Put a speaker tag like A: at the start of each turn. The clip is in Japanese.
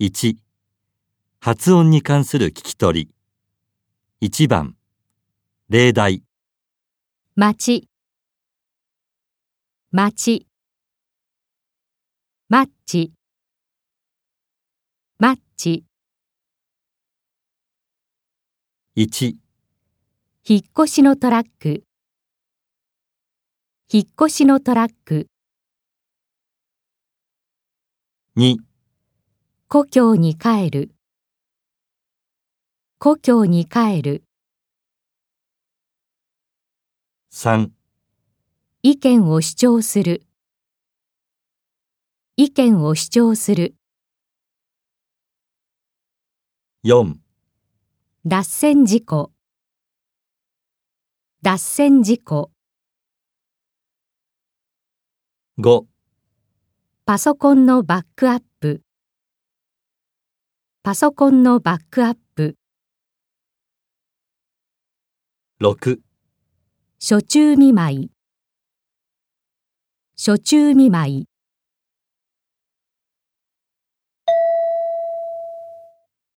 A: 1、発音に関する聞き取り。1番、例題、
B: 町町マッチマッチ
A: 1、
B: 引っ越しのトラック引っ越しのトラック
A: 2、
B: 故郷に帰る故郷に帰る
A: 3、
B: 意見を主張する意見を主張する
A: 4、
B: 脱線事故脱線事故
A: 5、
B: パソコンのバックアップパソコンのバックアップ
A: 6、
B: 初中見舞い初中見舞い